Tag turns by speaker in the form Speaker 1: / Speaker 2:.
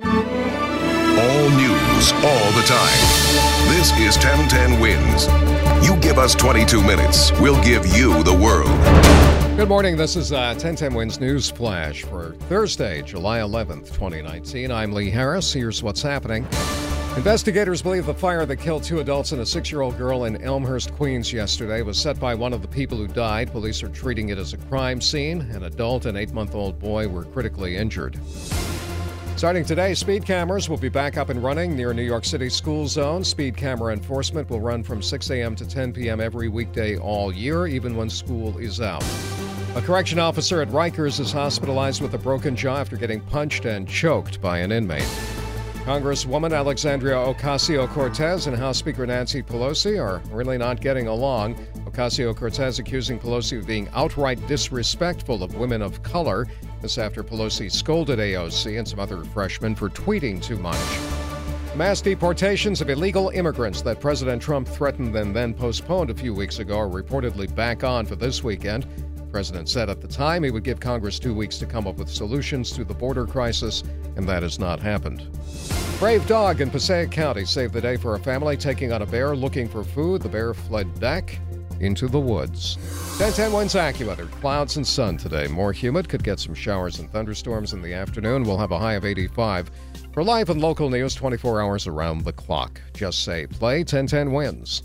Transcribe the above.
Speaker 1: All news, all the time. This is 1010 Wins. You give us 22 minutes, we'll give you the world.
Speaker 2: Good morning. This is uh, 1010 Winds News Flash for Thursday, July 11th, 2019. I'm Lee Harris. Here's what's happening. Investigators believe the fire that killed two adults and a six year old girl in Elmhurst, Queens yesterday was set by one of the people who died. Police are treating it as a crime scene. An adult and eight month old boy were critically injured. Starting today, speed cameras will be back up and running near New York City school zone. Speed camera enforcement will run from 6 a.m. to 10 p.m. every weekday all year, even when school is out. A correction officer at Rikers is hospitalized with a broken jaw after getting punched and choked by an inmate. Congresswoman Alexandria Ocasio Cortez and House Speaker Nancy Pelosi are really not getting along. Ocasio Cortez accusing Pelosi of being outright disrespectful of women of color. This after Pelosi scolded AOC and some other freshmen for tweeting too much. Mass deportations of illegal immigrants that President Trump threatened and then postponed a few weeks ago are reportedly back on for this weekend. The president said at the time he would give Congress two weeks to come up with solutions to the border crisis, and that has not happened. Brave dog in Passaic County saved the day for a family taking on a bear looking for food. The bear fled back into the woods. 1010 Winds AccuWeather. Clouds and sun today. More humid. Could get some showers and thunderstorms in the afternoon. We'll have a high of 85. For live and local news, 24 hours around the clock. Just say play 1010 Winds.
Speaker 3: Hmm,